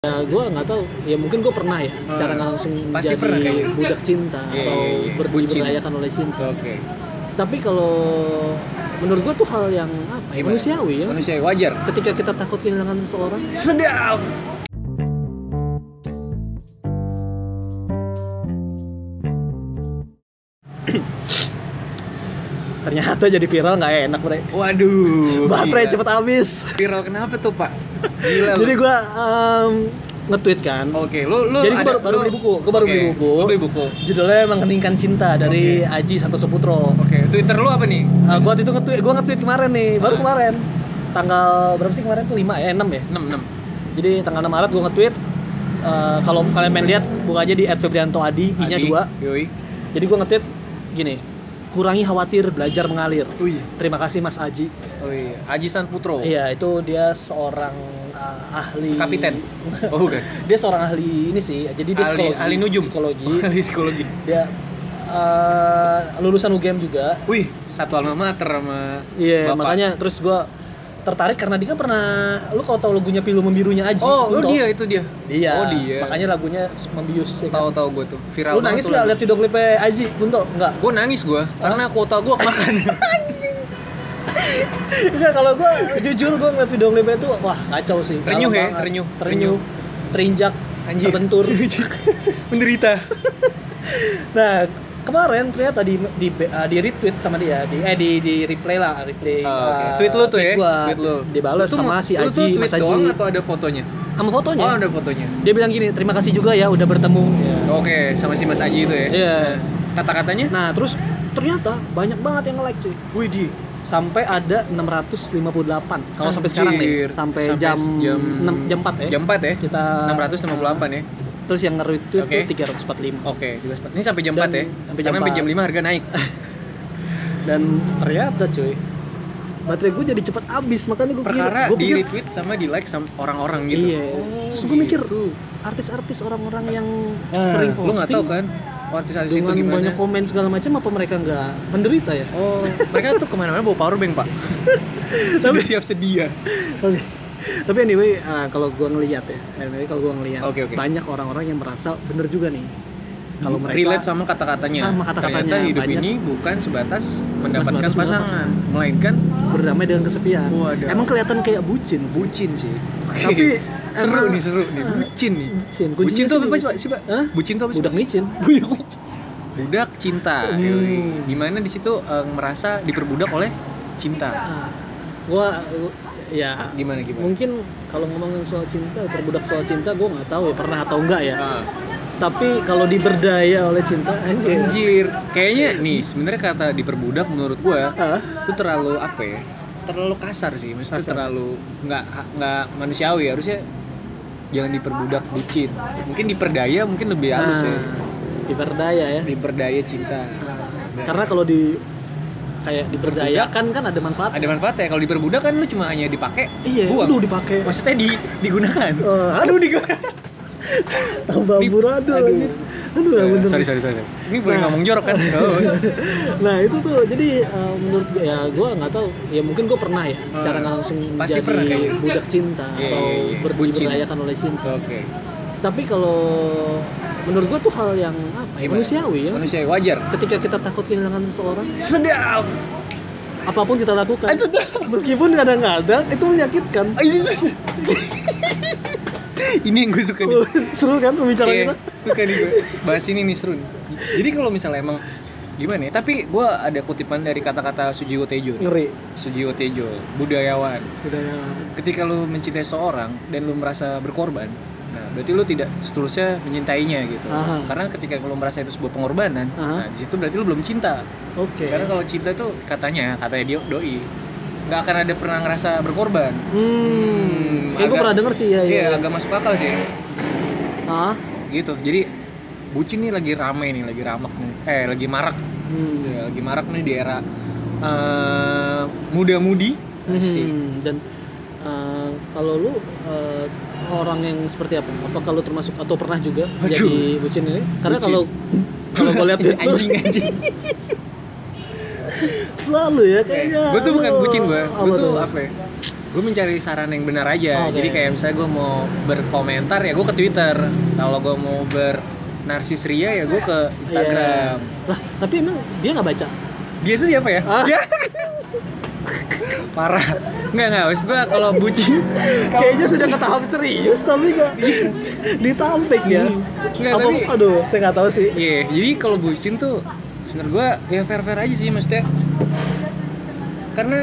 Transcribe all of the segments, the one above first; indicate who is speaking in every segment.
Speaker 1: Ya, gue nggak tahu. Ya mungkin gue pernah ya, secara nggak langsung
Speaker 2: Pasti
Speaker 1: jadi
Speaker 2: pernah kayaknya.
Speaker 1: budak cinta
Speaker 2: Iya,
Speaker 1: atau
Speaker 2: iya, iya.
Speaker 1: ber-
Speaker 2: Bucin.
Speaker 1: diberdayakan oleh cinta.
Speaker 2: Oke.
Speaker 1: Tapi kalau menurut gue tuh hal yang apa? Ya,
Speaker 2: Gimana?
Speaker 1: manusiawi ya.
Speaker 2: Manusiawi wajar.
Speaker 1: Ketika kita takut kehilangan seseorang,
Speaker 2: Sedap.
Speaker 1: ternyata jadi viral nggak enak bre.
Speaker 2: Waduh.
Speaker 1: Baterai
Speaker 2: gila.
Speaker 1: cepet habis.
Speaker 2: Viral kenapa tuh, Pak? Gila.
Speaker 1: Jadi
Speaker 2: lu.
Speaker 1: gue em, nge-tweet kan.
Speaker 2: Oke, lu lu
Speaker 1: Jadi gua
Speaker 2: ada-
Speaker 1: baru, baru
Speaker 2: lu-
Speaker 1: beli buku, gue baru
Speaker 2: Oke,
Speaker 1: beli buku.
Speaker 2: lu beli buku.
Speaker 1: Judulnya Mengheningkan Cinta dari Aji Santoso Putro.
Speaker 2: Oke, Twitter lu apa nih?
Speaker 1: Nah, gua waktu itu nge-tweet, gua nge-tweet kemarin nih, baru
Speaker 2: Ah.
Speaker 1: kemarin. Tanggal berapa sih kemarin tuh 5 ya, 6 ya.
Speaker 2: 66.
Speaker 1: Jadi tanggal 6 Maret gua nge-tweet eh, kalau kalian pengen lihat buka aja di @febriantoadi, i-nya
Speaker 2: Adi,
Speaker 1: 2.
Speaker 2: Yoi.
Speaker 1: Jadi gua nge-tweet gini, kurangi khawatir, belajar mengalir.
Speaker 2: Ui.
Speaker 1: Terima kasih Mas Aji.
Speaker 2: Oh iya, Aji San Putro.
Speaker 1: Iya, itu dia seorang eh, ahli
Speaker 2: Kapiten. Oh, bukan.
Speaker 1: dia seorang ahli ini sih. Jadi dia
Speaker 2: Ahli-
Speaker 1: psikologi,
Speaker 2: ahli nujum.
Speaker 1: psikologi.
Speaker 2: Ahli psikologi.
Speaker 1: dia eh, lulusan UGM juga.
Speaker 2: Wih, satu alma mater sama
Speaker 1: Iya,
Speaker 2: Bapak.
Speaker 1: makanya terus gua tertarik karena dia kan pernah lu kalau tau lagunya Pilu Membirunya aja.
Speaker 2: Oh, oh dia itu dia.
Speaker 1: Dia.
Speaker 2: Oh
Speaker 1: Iya,
Speaker 2: dia.
Speaker 1: Makanya lagunya membius. Ya kan?
Speaker 2: tahu-tahu gue tuh
Speaker 1: Lu
Speaker 2: viral.
Speaker 1: nangis nggak lihat video klipnya Aji? Kunto enggak.
Speaker 2: Gue nangis gue, karena kuota gue makan.
Speaker 1: Enggak kalau gua jujur gua ngeliat video klipnya itu wah kacau sih.
Speaker 2: Renyuh
Speaker 1: Dalam
Speaker 2: ya,
Speaker 1: banget.
Speaker 2: renyuh,
Speaker 1: Terenyuh. Terinjak,
Speaker 2: Anjir.
Speaker 1: terbentur.
Speaker 2: Menderita.
Speaker 1: nah, kemarin ternyata di di, eh, di retweet sama dia, di eh di di replay lah, replay.
Speaker 2: Oh, oke.
Speaker 1: eh,
Speaker 2: Tweet lu tuh ya,
Speaker 1: gua.
Speaker 2: tweet lu.
Speaker 1: Dibales
Speaker 2: Lu tuh
Speaker 1: sama
Speaker 2: mau-
Speaker 1: si
Speaker 2: lu tuh
Speaker 1: Aji,
Speaker 2: tweet
Speaker 1: Mas Aji.
Speaker 2: doang atau ada fotonya?
Speaker 1: sama fotonya.
Speaker 2: Oh, ada fotonya.
Speaker 1: Dia bilang gini, terima kasih juga ya udah bertemu. Iya.
Speaker 2: Oke, sama si Mas Aji itu ya. Kata-katanya?
Speaker 1: Nah, terus ternyata banyak banget yang nge-like cuy.
Speaker 2: Wih di.
Speaker 1: Sampai ada 658. Kalau sampai sekarang nih, sampai, jam,
Speaker 2: jam
Speaker 1: 6, jam 4 ya.
Speaker 2: Jam 4 ya.
Speaker 1: Kita
Speaker 2: 668 ya.
Speaker 1: Terus yang nge-retweet
Speaker 2: Oke.
Speaker 1: tuh 345.
Speaker 2: Oke, 345. Ini sampai jam
Speaker 1: Dan
Speaker 2: 4 ya.
Speaker 1: sampai
Speaker 2: Sampai
Speaker 1: jam
Speaker 2: jam, sampai jam
Speaker 1: 4.
Speaker 2: 5 harga naik.
Speaker 1: Dan ternyata cuy, baterai gue jadi cepat habis makanya gue pikir
Speaker 2: Perkara
Speaker 1: gue
Speaker 2: di
Speaker 1: pikir
Speaker 2: retweet sama di like sama orang-orang gitu.
Speaker 1: Iya. Terus gue mikir
Speaker 2: gitu.
Speaker 1: artis-artis orang-orang yang
Speaker 2: Ah,
Speaker 1: sering
Speaker 2: lu nggak tahu
Speaker 1: posting
Speaker 2: kan artis-artis itu
Speaker 1: dengan
Speaker 2: gimana?
Speaker 1: banyak komen segala macam apa mereka nggak menderita ya?
Speaker 2: Oh, mereka tuh kemana-mana bawa power bank pak. Tapi siap sedia.
Speaker 1: Oke. Tapi anyway, eh, kalau gua ngelihat ya, anyway kalau gua ngelihat
Speaker 2: Oke, oke.
Speaker 1: banyak orang-orang yang merasa bener juga nih. Kalau mereka
Speaker 2: Relate sama kata-katanya.
Speaker 1: Sama kata-katanya,
Speaker 2: Ternyata hidup
Speaker 1: banyak.
Speaker 2: ini bukan sebatas mendapatkan
Speaker 1: sebatas mendapatkan
Speaker 2: pasangan, melainkan
Speaker 1: berdamai dengan kesepian.
Speaker 2: Waduh.
Speaker 1: Emang kelihatan kayak bucin, Bu.
Speaker 2: bucin sih. Oke.
Speaker 1: Tapi
Speaker 2: seru
Speaker 1: emang- Ah,
Speaker 2: nih seru nih bucin nih.
Speaker 1: Bucin.
Speaker 2: Bucin
Speaker 1: Kuncinya
Speaker 2: tuh apa
Speaker 1: sendiri.
Speaker 2: sih pak?
Speaker 1: Hah?
Speaker 2: Bucin tuh apa sih?
Speaker 1: Budak micin.
Speaker 2: Budak cinta.
Speaker 1: Hmm.
Speaker 2: Yoi. Dimana di situ eh, merasa diperbudak oleh cinta.
Speaker 1: Ah, gua ya
Speaker 2: Gimana gimana?
Speaker 1: mungkin kalau ngomongin soal cinta, perbudak soal cinta gua nggak tahu ya pernah atau enggak ya.
Speaker 2: Ah.
Speaker 1: Tapi kalau diberdaya oleh cinta anjir.
Speaker 2: Anjir, kayaknya nih sebenarnya kata diperbudak menurut gua
Speaker 1: Ah,
Speaker 2: itu terlalu apa ya? Terlalu kasar sih, maksudnya
Speaker 1: Kasar.
Speaker 2: terlalu nggak nggak manusiawi harusnya jangan diperbudak bucin. Mungkin diperdaya mungkin lebih halus ya.
Speaker 1: nah, diberdaya ya.
Speaker 2: Diperdaya cinta.
Speaker 1: Karena kalau di kayak diberdayakan kan ada manfaat.
Speaker 2: Ada manfaatnya kalau diperbudak kan lu cuma hanya dipakai,
Speaker 1: Iya,
Speaker 2: buang.
Speaker 1: aduh dipakai.
Speaker 2: Maksudnya di, digunakan.
Speaker 1: Eh, aduh dipakai. Tambah
Speaker 2: Di-
Speaker 1: buradul
Speaker 2: aduh. Iya,
Speaker 1: aduh. Aduh, ya bener.
Speaker 2: sorry, sorry, sorry. Ini boleh
Speaker 1: Nah.
Speaker 2: ngomong jorok kan?
Speaker 1: Nah, itu tuh jadi eh, menurut gue ya gue nggak tahu ya mungkin gue pernah ya secara nggak langsung
Speaker 2: Pasti
Speaker 1: jadi
Speaker 2: pernah kayaknya.
Speaker 1: budak cinta
Speaker 2: Iya,
Speaker 1: atau
Speaker 2: iya, iya.
Speaker 1: ber-
Speaker 2: Bucin.
Speaker 1: diberdayakan oleh cinta.
Speaker 2: Oke.
Speaker 1: Tapi kalau menurut gue tuh hal yang apa ya,
Speaker 2: Gimana?
Speaker 1: manusiawi ya.
Speaker 2: Manusia wajar.
Speaker 1: Ketika kita takut kehilangan seseorang,
Speaker 2: Sedap.
Speaker 1: apapun kita lakukan, meskipun kadang-kadang itu menyakitkan.
Speaker 2: Ini yang gue suka nih.
Speaker 1: Seru kan pembicaraan
Speaker 2: Iya,
Speaker 1: kita?
Speaker 2: suka nih gue bahas ini nih seru nih. jadi kalau misalnya emang gimana ya tapi gue ada kutipan dari kata-kata Sujiwo Tejo nih.
Speaker 1: Ngeri.
Speaker 2: Sujiwo Tejo budayawan
Speaker 1: Udah
Speaker 2: ketika lu mencintai seorang dan lu merasa berkorban nah berarti lu tidak seterusnya mencintainya gitu
Speaker 1: Aha.
Speaker 2: karena ketika lu merasa itu sebuah pengorbanan
Speaker 1: Aha. Iya.
Speaker 2: nah di situ berarti lu belum cinta
Speaker 1: Oke.
Speaker 2: karena kalau cinta tuh katanya katanya dia doi nggak akan ada pernah ngerasa berkorban
Speaker 1: Hmm, kayak gue
Speaker 2: agak-
Speaker 1: pernah denger sih ya.
Speaker 2: iya
Speaker 1: ya.
Speaker 2: agak masuk akal sih
Speaker 1: Ah,
Speaker 2: gitu jadi bucin nih lagi rame nih lagi ramak nih eh lagi marak
Speaker 1: hmm.
Speaker 2: Ya, lagi marak nih di era eh, muda-mudi Asik.
Speaker 1: Hmm, Dan eh, kalau lu eh, orang yang seperti apa? Apakah lu termasuk atau pernah juga jadi bucin ini? Karena
Speaker 2: Bucin.
Speaker 1: kalau kalau gue lihat itu
Speaker 2: anjing anjing
Speaker 1: selalu ya kayaknya.
Speaker 2: gue Eh, Iya. tuh bukan
Speaker 1: lu-
Speaker 2: bucin gue
Speaker 1: Iya, apa
Speaker 2: gue tuh
Speaker 1: tuh? Ah, iya,
Speaker 2: apa ya gue mencari saran yang benar aja
Speaker 1: Oke.
Speaker 2: jadi kayak misalnya gue mau berkomentar ya gue ke twitter kalau gue mau ber narsis ria ya gue ke instagram
Speaker 1: Iya. Lah, tapi emang dia nggak baca.
Speaker 2: dia sih siapa ya
Speaker 1: Ah.
Speaker 2: Ya. parah nggak nggak maksud gue kalau bucin
Speaker 1: Kayaknya sudah ke tahap serius tapi kok ditampik ya.
Speaker 2: Nggak,
Speaker 1: Apa,
Speaker 2: tapi-
Speaker 1: aduh, saya nggak tahu sih.
Speaker 2: Iya, jadi kalau bucin tuh sebenernya gue ya fair-fair aja sih maksudnya Karena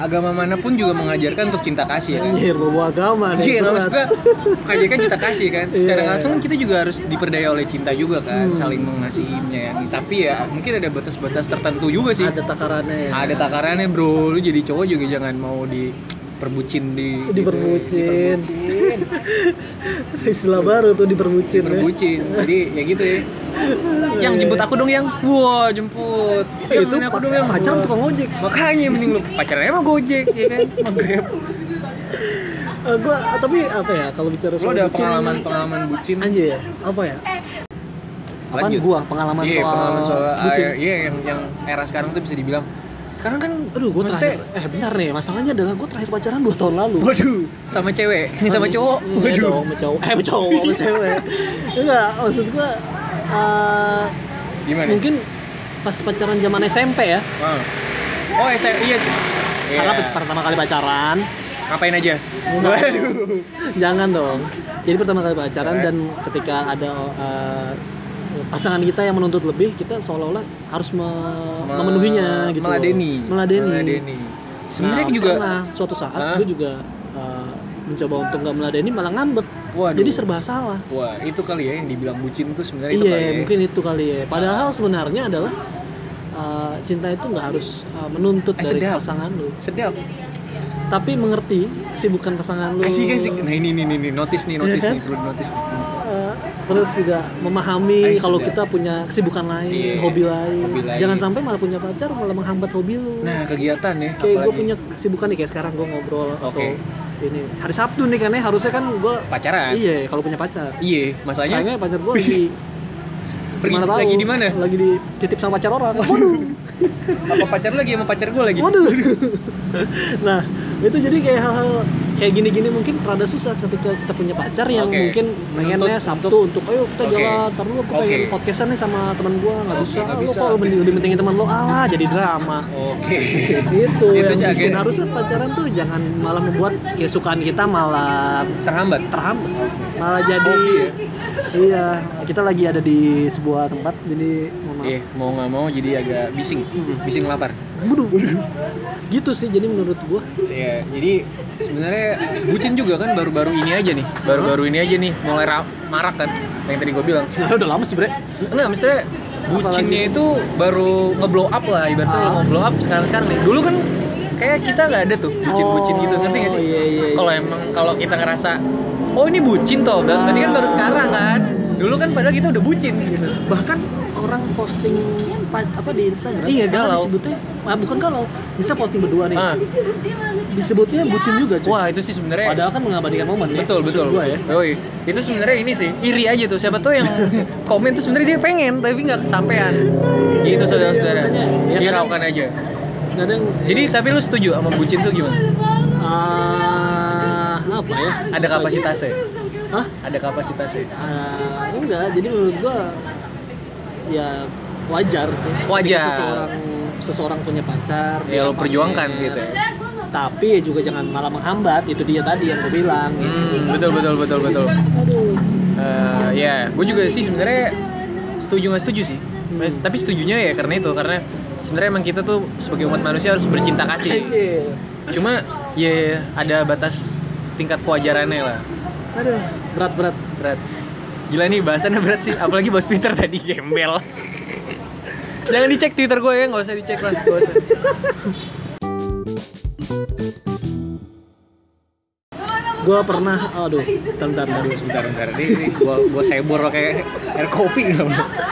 Speaker 2: agama manapun juga mengajarkan untuk cinta kasih ya kan
Speaker 1: Anjir, bobo agama nih.
Speaker 2: Iya, nggak, maksud gue
Speaker 1: berat.
Speaker 2: mengajarkan cinta kasih kan Secara
Speaker 1: Iya. Hmm.
Speaker 2: langsung kita juga harus diperdaya oleh cinta juga kan Saling mengasihi, menyayangi Tapi ya mungkin ada batas-batas tertentu juga sih
Speaker 1: Ada takarannya ya.
Speaker 2: Ada takarannya bro, lu jadi cowok juga jangan mau di perbucin di gitu,
Speaker 1: Diperbucin.
Speaker 2: diperbucin,
Speaker 1: Istilah baru tuh diperbucin ya.
Speaker 2: diperbucin. jadi ya gitu ya yang jemput aku dong yang wah jemput
Speaker 1: Eh,
Speaker 2: Yang
Speaker 1: itu
Speaker 2: ini Iya, aku dong yang
Speaker 1: pacar
Speaker 2: Wah.
Speaker 1: tukang ojek.
Speaker 2: makanya mending lu pacarnya mah gojek ya kan sama grab
Speaker 1: Eh, gua tapi apa ya kalau bicara
Speaker 2: lu
Speaker 1: soal
Speaker 2: ada
Speaker 1: bucin,
Speaker 2: pengalaman pengalaman bucin
Speaker 1: anjir apa ya? Apaan
Speaker 2: Lanjut.
Speaker 1: gua pengalaman
Speaker 2: iya
Speaker 1: soal,
Speaker 2: pengalaman soal ah,
Speaker 1: bucin?
Speaker 2: iya yang yang era sekarang tuh bisa dibilang sekarang kan
Speaker 1: Aduh, gue
Speaker 2: maksudnya-
Speaker 1: terakhir. Eh, bentar nih. Masalahnya adalah gue terakhir pacaran 2 tahun lalu.
Speaker 2: waduh sama cewek sama cowok
Speaker 1: Iya
Speaker 2: waduh
Speaker 1: dong, sama cowok. Eh, sama cowok, sama cewek. Enggak, maksud gue eh,
Speaker 2: gimana
Speaker 1: mungkin pas pacaran zaman SMP ya.
Speaker 2: Ah. oh saya iya sih Iya.
Speaker 1: Karena pertama kali pacaran,
Speaker 2: ngapain aja waduh
Speaker 1: jangan dong. Jadi pertama kali pacaran
Speaker 2: Oke.
Speaker 1: dan ketika ada eh, pasangan kita yang menuntut lebih, kita seolah-olah harus me-
Speaker 2: Me-
Speaker 1: memenuhinya gitu.
Speaker 2: meladeni
Speaker 1: Meladeni.
Speaker 2: meladeni sebenarnya
Speaker 1: Nah,
Speaker 2: juga
Speaker 1: pernah suatu saat
Speaker 2: Hah?
Speaker 1: gue juga eh, mencoba untuk nggak meladeni malah ngambek.
Speaker 2: Waduh.
Speaker 1: Jadi serba salah.
Speaker 2: Wah, itu kali ya yang dibilang bucin tuh sebenarnya itu
Speaker 1: Iya,
Speaker 2: kali ya.
Speaker 1: mungkin itu kali ya. Padahal sebenarnya adalah uh, cinta itu nggak harus uh, menuntut
Speaker 2: Eh,
Speaker 1: dari
Speaker 2: sedap.
Speaker 1: pasangan lu,
Speaker 2: Sedap.
Speaker 1: tapi mengerti kesibukan pasangan lu.
Speaker 2: Asik asik. Nah ini ini ini notice nih,
Speaker 1: Iya
Speaker 2: notice
Speaker 1: kan?
Speaker 2: nih, bro, notice nih.
Speaker 1: Uh, terus juga memahami
Speaker 2: Eh,
Speaker 1: kalau
Speaker 2: sedap.
Speaker 1: kita punya kesibukan lain,
Speaker 2: Iya,
Speaker 1: hobi, lain.
Speaker 2: hobi lain.
Speaker 1: Jangan sampai malah punya pacar malah menghambat hobi lu.
Speaker 2: Nah, kegiatan ya
Speaker 1: kayak gue
Speaker 2: apalagi.
Speaker 1: punya kesibukan nih kayak sekarang gue ngobrol atau
Speaker 2: Oke.
Speaker 1: ini hari Sabtu nih kan ya harusnya kan gue
Speaker 2: pacaran. Iya,
Speaker 1: iya kalau punya pacar.
Speaker 2: masalahnya
Speaker 1: Sayangnya pacar gue lagi
Speaker 2: pergi
Speaker 1: mana tahu,
Speaker 2: lagi di mana?
Speaker 1: Lagi dititip sama pacar orang. Waduh.
Speaker 2: Apa pacar lagi sama pacar gue lagi?
Speaker 1: Waduh. Gitu. nah, itu jadi kayak hal-hal kayak gini-gini mungkin rada susah ketika kita punya pacar yang
Speaker 2: Oke.
Speaker 1: mungkin pengennya
Speaker 2: Menuntut
Speaker 1: Sabtu untuk ayo kita
Speaker 2: Oke.
Speaker 1: jalan, ntar lu aku
Speaker 2: Oke.
Speaker 1: pengen podcastan nih sama teman gua nggak
Speaker 2: Oke,
Speaker 1: bisa.
Speaker 2: nggak
Speaker 1: Lu
Speaker 2: bisa.
Speaker 1: kalau mending lebih pentingin teman lu alah jadi drama.
Speaker 2: Oke.
Speaker 1: Gitu
Speaker 2: Itu
Speaker 1: yang
Speaker 2: sih
Speaker 1: bikin
Speaker 2: agak-
Speaker 1: harusnya pacaran tuh jangan malah membuat kesukaan kita malah
Speaker 2: Terhambat.
Speaker 1: terhambat malah jadi
Speaker 2: Hobi ya?
Speaker 1: iya kita lagi ada di sebuah tempat jadi mohon maaf.
Speaker 2: Iya, mau nggak mau jadi agak bising,
Speaker 1: Mm-hmm.
Speaker 2: bising lapar.
Speaker 1: Waduh. gitu sih jadi menurut gua
Speaker 2: Iya, jadi sebenarnya bucin juga kan baru-baru ini aja nih, baru-baru ini aja nih mulai ra- marak kan, yang tadi gue bilang.
Speaker 1: sebenarnya udah lama sih bre
Speaker 2: Enggak, maksudnya bucinnya itu baru nge-blow up lah ibaratnya
Speaker 1: Ah.
Speaker 2: lo mau blow up sekarang-sekarang nih. Dulu kan kayak kita nggak ada tuh bucin-bucin gitu, ngerti nggak sih?
Speaker 1: Oh, iya, iya, iya.
Speaker 2: Kalau emang kalau kita ngerasa oh ini bucin toh, berarti kan
Speaker 1: Ah.
Speaker 2: baru sekarang kan. Dulu kan padahal kita udah bucin gitu.
Speaker 1: bahkan orang posting pa- apa di Instagram
Speaker 2: Iya,
Speaker 1: bahkan
Speaker 2: galau.
Speaker 1: disebutnya ah, bukan galau bisa posting berdua nih
Speaker 2: Ah,
Speaker 1: disebutnya bucin juga cuy
Speaker 2: wah itu sih sebenarnya
Speaker 1: padahal kan mengabadikan momen ya
Speaker 2: betul
Speaker 1: maksud
Speaker 2: betul.
Speaker 1: gua ya
Speaker 2: Yoi. Itu sebenarnya ini sih iri aja tuh. Siapa tuh yang komen tuh sebenarnya dia pengen tapi nggak kesampaian. Gitu saudara-saudara.
Speaker 1: Makanya, ya kan?
Speaker 2: Hiraukan aja.
Speaker 1: kadang
Speaker 2: Jadi tapi lu setuju sama bucin tuh gimana?
Speaker 1: ah, apa ya
Speaker 2: Ada
Speaker 1: Susah
Speaker 2: kapasitasnya.
Speaker 1: gitu. Hah?
Speaker 2: Ada kapasitasnya.
Speaker 1: Ah, enggak jadi menurut gua ya wajar sih
Speaker 2: Wajar.
Speaker 1: Ketika seseorang seseorang punya pacar
Speaker 2: ya
Speaker 1: dia
Speaker 2: lo perjuangkan
Speaker 1: pamer.
Speaker 2: gitu ya.
Speaker 1: tapi ya juga jangan malah menghambat itu dia tadi yang gue bilang
Speaker 2: Hmm, betul betul betul betul.
Speaker 1: aduh
Speaker 2: Eh, ya, gue juga sih sebenarnya setuju nggak setuju sih.
Speaker 1: Hmm.
Speaker 2: Tapi setujunya ya karena itu karena sebenarnya emang kita tuh sebagai umat manusia harus bercinta kasih.
Speaker 1: Anjir.
Speaker 2: Cuma ya ada batas tingkat kewajarannya lah.
Speaker 1: aduh berat berat
Speaker 2: Berat. Gila nih bahasannya berat sih, apalagi bahas Twitter tadi gembel. Jangan dicek Twitter gue ya, nggak usah dicek lah, nggak usah.
Speaker 1: gue pernah aduh bentar bentar, bentar.
Speaker 2: Bentar, bentar. Ini, ini gue sebor pakai air kopi.